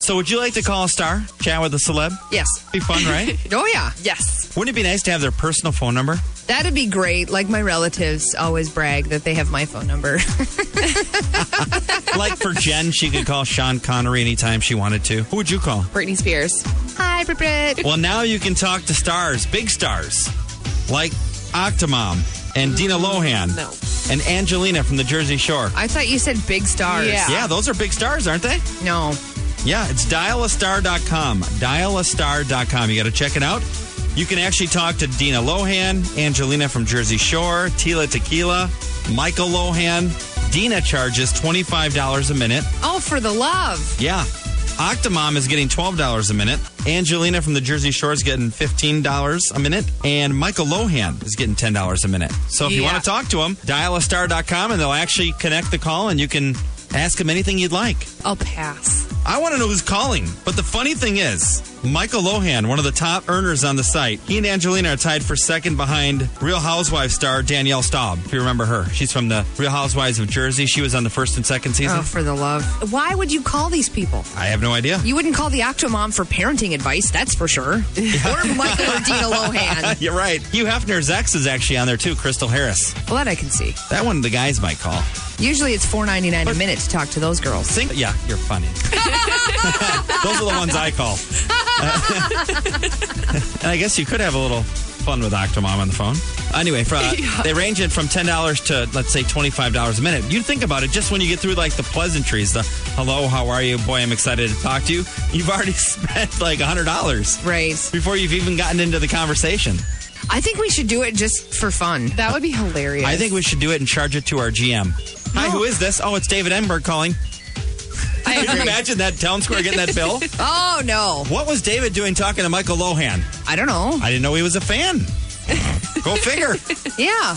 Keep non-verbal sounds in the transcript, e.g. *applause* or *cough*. So would you like to call a star, chat with a celeb? Yes. Be fun, *laughs* right? Oh, yeah. Yes. Wouldn't it be nice to have their personal phone number? That'd be great. Like my relatives always brag that they have my phone number. *laughs* like for Jen, she could call Sean Connery anytime she wanted to. Who would you call? Britney Spears. Hi, Brit Brit. Well, now you can talk to stars, big stars, like Octomom and Dina Lohan no. and Angelina from the Jersey Shore. I thought you said big stars. Yeah. Yeah, those are big stars, aren't they? No. Yeah, it's dialastar.com. Dialastar.com. You got to check it out. You can actually talk to Dina Lohan, Angelina from Jersey Shore, Tila Tequila, Michael Lohan. Dina charges $25 a minute. Oh, for the love. Yeah. Octomom is getting $12 a minute. Angelina from the Jersey Shore is getting $15 a minute. And Michael Lohan is getting $10 a minute. So if you Yeah. want to talk to them, dialastar.com and they'll actually connect the call and you can ask them anything you'd like. I'll pass. I want to know who's calling. But the funny thing is, Michael Lohan, one of the top earners on the site, he and Angelina are tied for second behind Real Housewives star Danielle Staub, if you remember her. She's from the Real Housewives of Jersey. She was on the first and second season. Oh, for the love. Why would you call these people? I have no idea. You wouldn't call the Octomom for parenting advice, that's for sure. *laughs* Or Michael or Dina *laughs* Lohan. You're right. Hugh Hefner's ex is actually on there too, Crystal Harris. Well, that I can see. That one the guys might call. Usually it's four ninety nine a minute to talk to those girls. Think, yeah, you're funny. Those are the ones I call. and I guess you could have a little fun with Octomom on the phone. Anyway, for, uh, they range it from ten dollars to let's say twenty five dollars a minute. You think about it just when you get through like the pleasantries, the hello, how are you, boy, I'm excited to talk to you. You've already *laughs* spent like hundred dollars Right. before you've even gotten into the conversation. I think we should do it just for fun. That would be hilarious. I think we should do it and charge it to our GM. Hi, who is this? Oh, it's David Enberg calling. I Can you agree. imagine that town square getting that bill? Oh no. What was David doing talking to Michael Lohan? I don't know. I didn't know he was a fan. Go figure. Yeah.